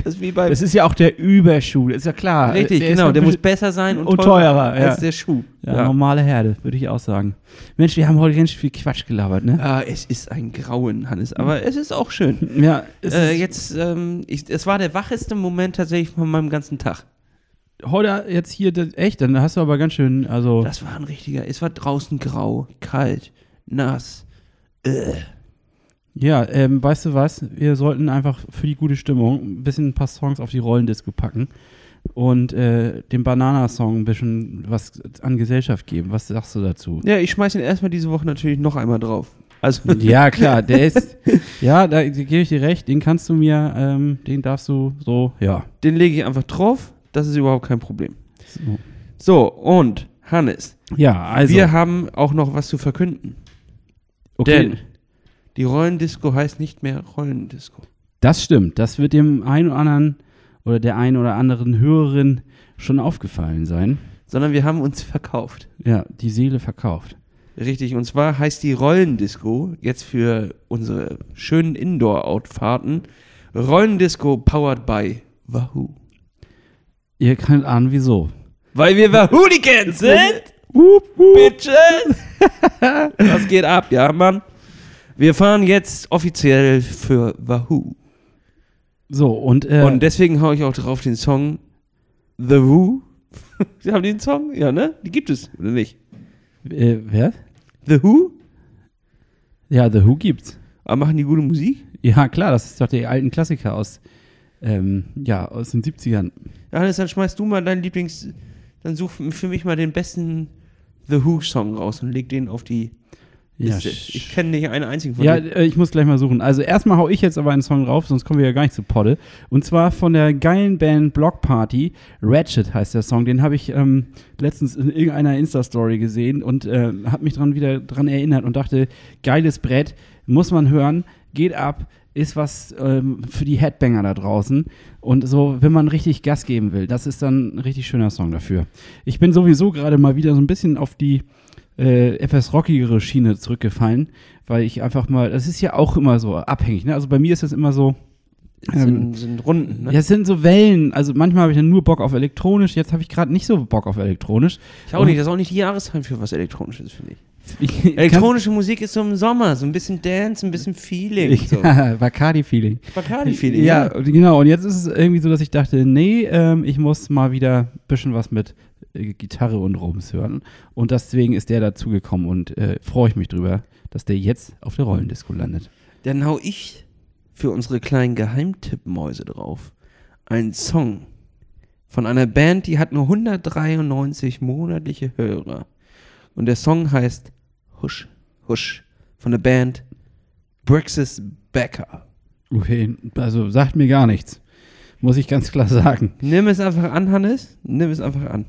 Das ist wie bei. Das ist ja auch der Überschuh, das ist ja klar. richtig, ist genau. ja Der muss besser sein und, und teurer, ja. als der Schuh. Ja, normale Herde, würde ich auch sagen. Mensch, wir haben heute ganz schön viel Quatsch gelabert, ne? Ah, es ist ein Grauen, Hannes, aber es ist auch schön. Ja, es Äh, ist jetzt, ähm, ich, es war der wacheste Moment tatsächlich von meinem ganzen Tag. heute jetzt hier, das- echt, dann hast du aber ganz schön, also, Das war ein richtiger. Es war draußen grau, kalt, nass. Äh. ja, ähm, weißt du was, wir sollten einfach für die gute Stimmung ein bisschen ein paar Songs auf die Rollendisco packen und äh, dem Banana-Song ein bisschen was an Gesellschaft geben. Was sagst du dazu? Ja, ich schmeiß ihn erstmal diese Woche natürlich noch einmal drauf. Also, Ja, klar, der ist, ja, da gebe ich dir recht, den kannst du mir, ähm, den darfst du so, ja. den lege ich einfach drauf. Das ist überhaupt kein Problem. So. So, und Hannes, Ja, also, wir haben auch noch was zu verkünden. Denn die Rollendisco heißt nicht mehr Rollendisco. Das stimmt. Das wird dem einen oder anderen oder der einen oder anderen Hörerin schon aufgefallen sein. Sondern wir haben uns verkauft. Ja, die Seele verkauft. Richtig, und zwar heißt die Rollendisco jetzt für unsere schönen Indoor-Outfahrten Rollendisco powered by Wahoo. Ihr könnt ahnen, wieso. Weil wir Wahooligans sind! Bitches! Was geht ab, ja, Mann? Wir fahren jetzt offiziell für Wahoo. So, und, äh, Und deswegen hau ich auch drauf den Song The Who. Sie haben den Song? Ja, ne? Die gibt es, oder nicht? äh, wer? The Who? Ja, The Who gibt's. Aber machen die gute Musik? Ja, klar, das ist doch die alten Klassiker aus, ähm, ja, aus den 70ern. Ja, Hannes, dann schmeißt du mal deinen Lieblings... Dann such für mich mal den besten The Who-Song raus und leg den auf die Ja, Liste. sch- Ich kenne nicht einen einzigen von ja denen. äh, ich muss gleich mal suchen. Also erstmal hau ich jetzt aber einen Song rauf, sonst kommen wir ja gar nicht zu Podde. Und zwar von der geilen Band Block Party. Ratchet heißt der Song. Den habe ich ähm, letztens in irgendeiner Insta-Story gesehen und äh, habe mich dran wieder dran erinnert und dachte, geiles Brett, muss man hören, geht ab. ist was ähm, für die Headbanger da draußen. Und so, wenn man richtig Gas geben will, das ist dann ein richtig schöner Song dafür. Ich bin sowieso gerade mal wieder so ein bisschen auf die äh, etwas rockigere Schiene zurückgefallen, weil ich einfach mal, das ist ja auch immer so abhängig. Ne? Also bei mir ist das immer so, Das sind, sind Runden, ne? ähm, ja, es sind so Wellen. Also manchmal habe ich dann nur Bock auf elektronisch, jetzt habe ich gerade nicht so Bock auf elektronisch. Ich auch nicht, das ist auch nicht die Jahreszeit für was Elektronisches, finde ich. Ich, Elektronische Musik ist so im Sommer, so ein bisschen Dance, ein bisschen Feeling. ich, so. Bacardi-Feeling. Bacardi-Feeling. Ja, genau. Und jetzt ist es irgendwie so, dass ich dachte, nee, ähm, ich muss mal wieder ein bisschen was mit äh, Gitarre und Rums hören. Und deswegen ist der dazugekommen und äh, freue ich mich drüber, dass der jetzt auf der Rollendisco landet. Dann hau ich für unsere kleinen Geheimtippmäuse drauf. Ein Song von einer Band, die hat nur 193 monatliche Hörer. Und der Song heißt Husch, Husch von der Band Brixis Becker. Okay, also sagt mir gar nichts. Muss ich ganz klar sagen. Nimm es einfach an, Hannes. Nimm es einfach an.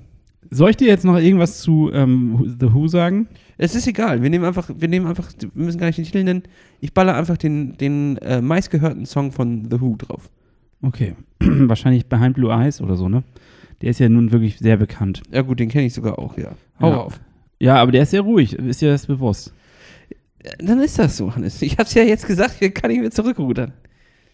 Soll ich dir jetzt noch irgendwas zu ähm, The Who sagen? Es ist egal. Wir nehmen einfach, wir nehmen einfach, wir müssen gar nicht den Titel nennen. Ich baller einfach den, den äh, meistgehörten Song von The Who drauf. Okay. Wahrscheinlich Behind Blue Eyes oder so, ne? Der ist ja nun wirklich sehr bekannt. Ja gut, den kenne ich sogar auch, ja. Hau Ja. auf. Ja, aber der ist sehr ruhig. Ist dir das bewusst? Dann ist das so, Hannes. Ich hab's ja jetzt gesagt, hier kann ich mir zurückrudern.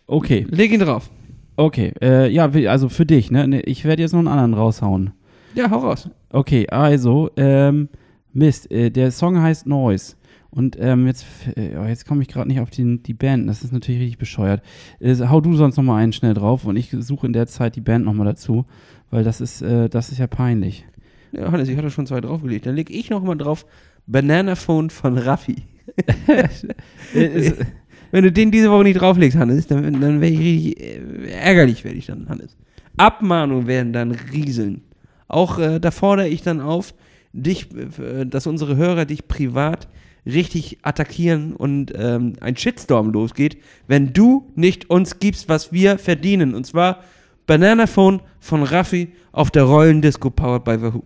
Okay. Leg ihn drauf. Okay, äh, ja, wie- also für dich, ne? Ne, Ich werde jetzt noch einen anderen raushauen. Ja, hau raus. Okay, also, ähm, Mist, äh, der Song heißt Noise. Und ähm, jetzt, f- äh, oh, jetzt komme ich gerade nicht auf den, die Band. Das ist natürlich richtig bescheuert. Äh, hau du sonst nochmal einen schnell drauf und ich suche in der Zeit die Band nochmal dazu, weil das ist, äh, das ist ja peinlich. Ja, Hannes, ich hatte schon zwei draufgelegt. Dann leg ich noch mal drauf Banana Phone von Raffi. Äh, äh, Wenn du den diese Woche nicht drauflegst, Hannes, dann, dann werde ich richtig äh, ärgerlich, werde ich dann, Hannes. Abmahnungen werden dann rieseln. Auch äh, da fordere ich dann auf, dich, äh, dass unsere Hörer dich privat richtig attackieren und ähm, ein Shitstorm losgeht, wenn du nicht uns gibst, was wir verdienen. Und zwar Banana Phone von Raffi auf der Rollendisco powered by Wahoo.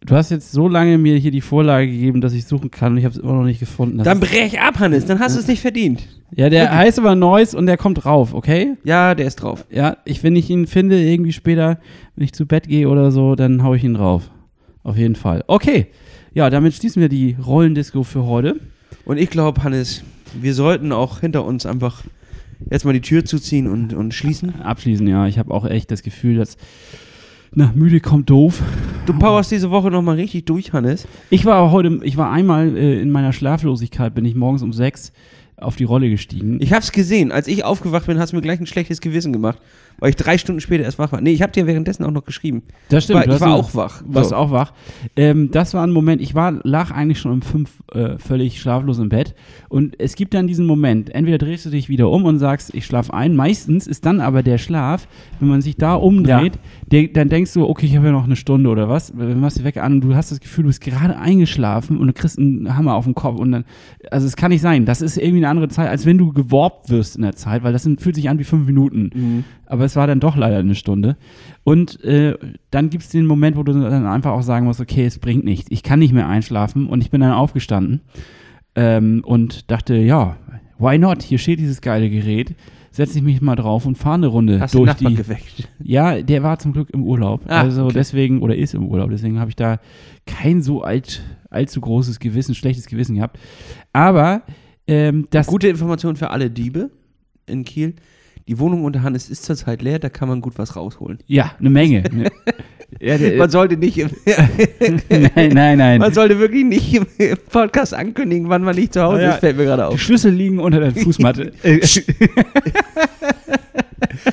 du hast jetzt so lange mir hier die Vorlage gegeben, dass ich suchen kann und ich habe es immer noch nicht gefunden. Das Dann ist, brech ab, Hannes, dann hast du es nicht verdient. ja, der heißt aber Noise und der kommt drauf, okay? Ja, der ist drauf. Ja, ich, wenn ich ihn finde, irgendwie später, wenn ich zu Bett gehe oder so, dann hau ich ihn drauf. Auf jeden Fall. Okay. Ja, damit schließen wir die Rollendisco für heute. Und ich glaube, Hannes, wir sollten auch hinter uns einfach jetzt mal die Tür zuziehen und, und schließen. Abschließen, ja. Ich habe auch echt das Gefühl, dass nach müde kommt doof. Du powerst diese Woche nochmal richtig durch, Hannes. Ich war aber heute, ich war einmal äh, in meiner Schlaflosigkeit, bin ich morgens um sechs auf die Rolle gestiegen. Ich hab's gesehen. Als ich aufgewacht bin, hast du mir gleich ein schlechtes Gewissen gemacht, weil ich drei Stunden später erst wach war. Nee, ich hab dir währenddessen auch noch geschrieben. das Weil ich du hast war noch- auch wach. warst So. auch wach. Ähm, das war ein Moment, ich war, lag eigentlich schon um fünf äh, völlig schlaflos im Bett. Und es gibt dann diesen Moment, entweder drehst du dich wieder um und sagst, ich schlaf ein. Meistens ist dann aber der Schlaf, wenn man sich da umdreht, der, dann denkst du, okay, ich habe ja noch eine Stunde oder was. Dann machst du weg an, du hast das Gefühl, du bist gerade eingeschlafen und du kriegst einen Hammer auf den Kopf. Und dann, also es kann nicht sein. Das ist irgendwie eine andere Zeit, als wenn du geworbt wirst in der Zeit, weil das sind, fühlt sich an wie fünf Minuten. Aber es war dann doch leider eine Stunde. Und äh, dann gibt es den Moment, wo du dann einfach auch sagen musst, okay, es bringt nichts. Ich kann nicht mehr einschlafen. Und ich bin dann aufgestanden ähm, und dachte, ja, why not? Hier steht dieses geile Gerät. Setze ich mich mal drauf und fahre eine Runde Hast durch den Nachbarn die. geweckt. Ja, der war zum Glück im Urlaub. Ah, also okay. deswegen, oder ist im Urlaub, deswegen habe ich da kein so alt, allzu großes Gewissen, schlechtes Gewissen gehabt. Aber ähm, das Gute Information für alle Diebe in Kiel. Die Wohnung unter Hannes ist zurzeit leer, da kann man gut was rausholen. ja, eine Menge. ja, der, Man sollte nicht im, nein, nein, nein. man sollte wirklich nicht im, im Podcast ankündigen, wann man nicht zu Hause Ah, ja. ist, fällt mir gerade Die auf. Schlüssel liegen unter der Fußmatte. Äh,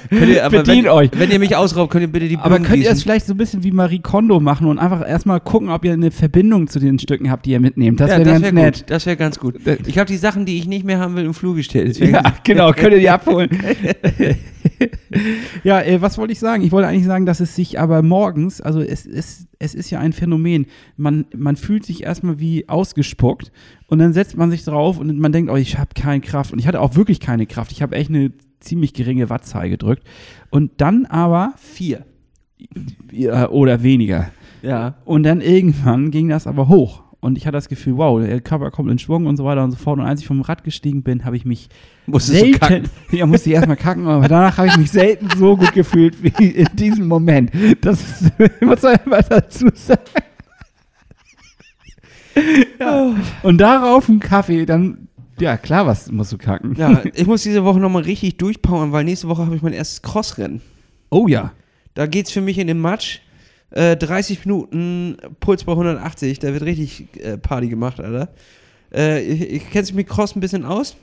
Könnt ihr, aber Bedient wenn, euch. Wenn ihr mich ausraubt, könnt ihr bitte die Aber Blumen könnt ihr das gießen. vielleicht so ein bisschen wie Marie Kondo machen und einfach erstmal gucken, ob ihr eine Verbindung zu den Stücken habt, die ihr mitnehmt? Das wäre ja, das ganz wäre nett. gut. Das wäre ganz gut. Das- Ich habe die Sachen, die ich nicht mehr haben will, im Flur gestellt. Deswegen Ja, genau, könnt ihr die abholen. ja, äh, was wollte ich sagen? Ich wollte eigentlich sagen, dass es sich aber morgens, also es ist, es ist ja ein Phänomen. Man, man fühlt sich erstmal wie ausgespuckt und dann setzt man sich drauf und man denkt, oh, ich habe keine Kraft. Und ich hatte auch wirklich keine Kraft. Ich habe echt eine ziemlich geringe Wattzahl gedrückt. Und dann aber vier. ja, oder weniger. Ja. Und dann irgendwann ging das aber hoch. Und ich hatte das Gefühl, wow, der Körper kommt in Schwung und so weiter und so fort. Und als ich vom Rad gestiegen bin, habe ich mich Musstest du selten. kacken? Ja, musste ich erstmal kacken, aber danach habe ich mich selten so gut gefühlt wie in diesem Moment. Das ist, muss man einfach dazu sagen. Ja. Und darauf einen Kaffee, dann, ja klar, was musst du kacken. Ja, ich muss diese Woche nochmal richtig durchpowern, weil nächste Woche habe ich mein erstes Crossrennen. Oh ja. Da geht's für mich in den Matsch. Äh, 30 Minuten, Puls bei 180, da wird richtig äh, Party gemacht, Alter. Äh, ich, ich, kennst du mit Cross ein bisschen aus?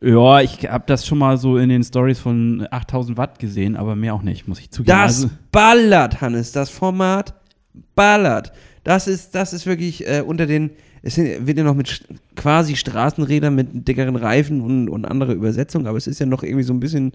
Ja, ich habe das schon mal so in den Stories von 8000 Watt gesehen, aber mehr auch nicht, muss ich zugeben. Das Also, ballert, Hannes. Das Format ballert. Das ist, das ist wirklich äh, unter den. Es sind- wird ja noch mit Sch- quasi Straßenrädern mit dickeren Reifen und, und anderer Übersetzung, aber es ist ja noch irgendwie so ein bisschen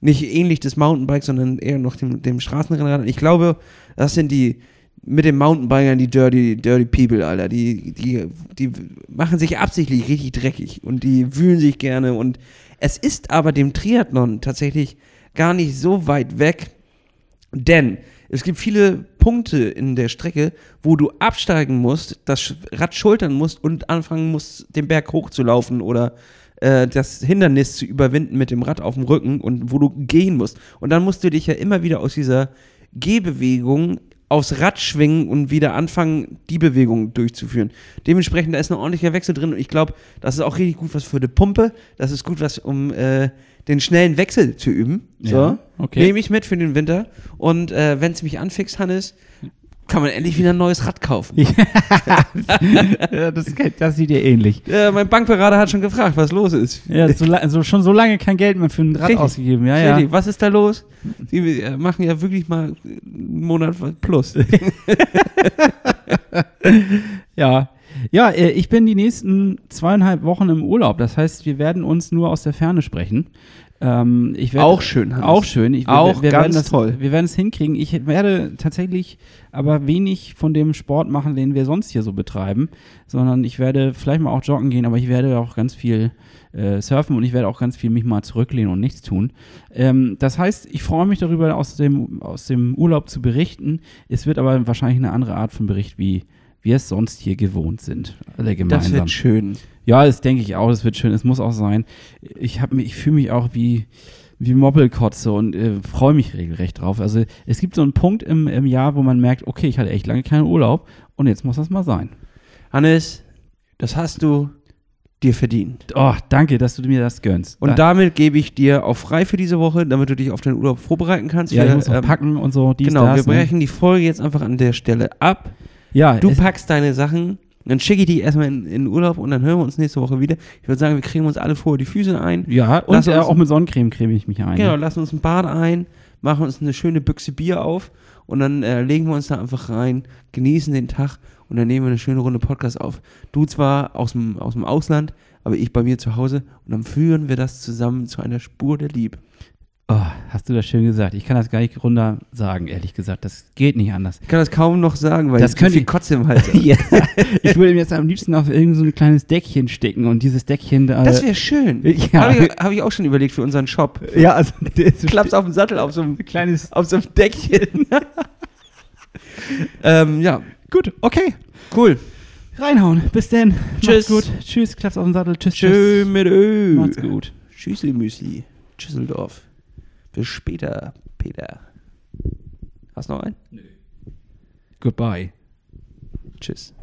nicht ähnlich des Mountainbikes, sondern eher noch dem, dem Straßenrennrad. Ich glaube, das sind die mit den Mountainbikern die Dirty, Dirty People, Alter. Die, die, die machen sich absichtlich richtig dreckig und die wühlen sich gerne. Und es ist aber dem Triathlon tatsächlich gar nicht so weit weg, denn es gibt viele Punkte in der Strecke, wo du absteigen musst, das Sch- Rad schultern musst und anfangen musst, den Berg hochzulaufen oder äh, das Hindernis zu überwinden mit dem Rad auf dem Rücken und wo du gehen musst. Und dann musst du dich ja immer wieder aus dieser Gehbewegung aufs Rad schwingen und wieder anfangen, die Bewegung durchzuführen. Dementsprechend, da ist ein ordentlicher Wechsel drin und ich glaube, das ist auch richtig gut was für die Pumpe. Das ist gut was, um äh, den schnellen Wechsel zu üben. So. Ja, okay. Nehme ich mit für den Winter und äh, wenn es mich anfixt, Hannes, kann man endlich wieder ein neues Rad kaufen. ja, das, das sieht dir ähnlich. Äh, mein Bankberater hat schon gefragt, was los ist. Ja, so, la- so, schon so lange kein Geld mehr für ein Rad Richtig. ausgegeben. Ja, Ah, ja. Shady, was ist da los? Die äh, machen ja wirklich mal einen Monat plus. Ja, ja äh, ich bin die nächsten zweieinhalb Wochen im Urlaub. Das heißt, wir werden uns nur aus der Ferne sprechen. Ähm, ich werde- Auch schön, Hannes. Auch schön. Ich, Auch ganz werden das, toll. Wir werden es hinkriegen. Ich werde tatsächlich aber wenig von dem Sport machen, den wir sonst hier so betreiben, sondern ich werde vielleicht mal auch joggen gehen, aber ich werde auch ganz viel äh, surfen und ich werde auch ganz viel mich mal zurücklehnen und nichts tun. Ähm, das heißt, ich freue mich darüber, aus dem, aus dem Urlaub zu berichten. Es wird aber wahrscheinlich eine andere Art von Bericht, wie wir es sonst hier gewohnt sind. Alle Das gemeinsam. wird schön. Ja, das denke ich auch. Das wird schön. Es muss auch sein. Ich habe mich, ich fühle mich auch wie wie Moppelkotze und äh, freue mich regelrecht drauf. Also es gibt so einen Punkt im, im Jahr, wo man merkt, okay, ich hatte echt lange keinen Urlaub und jetzt muss das mal sein. Hannes, das hast du dir verdient. Oh, danke, dass du mir das gönnst. Und Da- damit gebe ich dir auch frei für diese Woche, damit du dich auf deinen Urlaub vorbereiten kannst. ja, Wir, ich muss noch ähm, packen und so. Dies, Genau, wir das, ne? brechen die Folge jetzt einfach an der Stelle ab. Ja, Du es- packst deine Sachen, dann schicke ich die erstmal in, in den Urlaub und dann hören wir uns nächste Woche wieder. Ich würde sagen, wir kriegen uns alle vorher die Füße ein. ja Lass und äh, uns- auch mit Sonnencreme creme ich mich ein. Genau, ne? lassen uns ein Bad ein, machen uns eine schöne Büchse Bier auf und dann äh, legen wir uns da einfach rein, genießen den Tag und dann nehmen wir eine schöne Runde Podcast auf. Du zwar aus dem, aus dem Ausland, aber ich bei mir zu Hause und dann führen wir das zusammen zu einer Spur der Liebe. Oh, hast du das schön gesagt. Ich kann das gar nicht runter sagen, ehrlich gesagt. Das geht nicht anders. Ich kann das kaum noch sagen, weil Das ich können viel die- Kotze im Hals habe. Ja. Ich würde ihm jetzt am liebsten auf irgend so ein kleines Deckchen stecken und dieses Deckchen da. äh, Das wäre schön. Ja. Habe ich, hab ich auch schon überlegt für unseren Shop. ja, also das Klappst auf den Sattel, auf so einem kleines. auf so einem Deckchen. ähm, ja, Gut, okay. cool. Reinhauen. Bis denn. Tschüss. Macht's gut. Tschüss. Klapp's auf den Sattel. Tschüss. Tschö Tschüss. mit Ö. Macht's gut. Tschüssi Müsli. Tschüsseldorf. Bis später, Peter. Hast noch einen? Goodbye. Tschüss.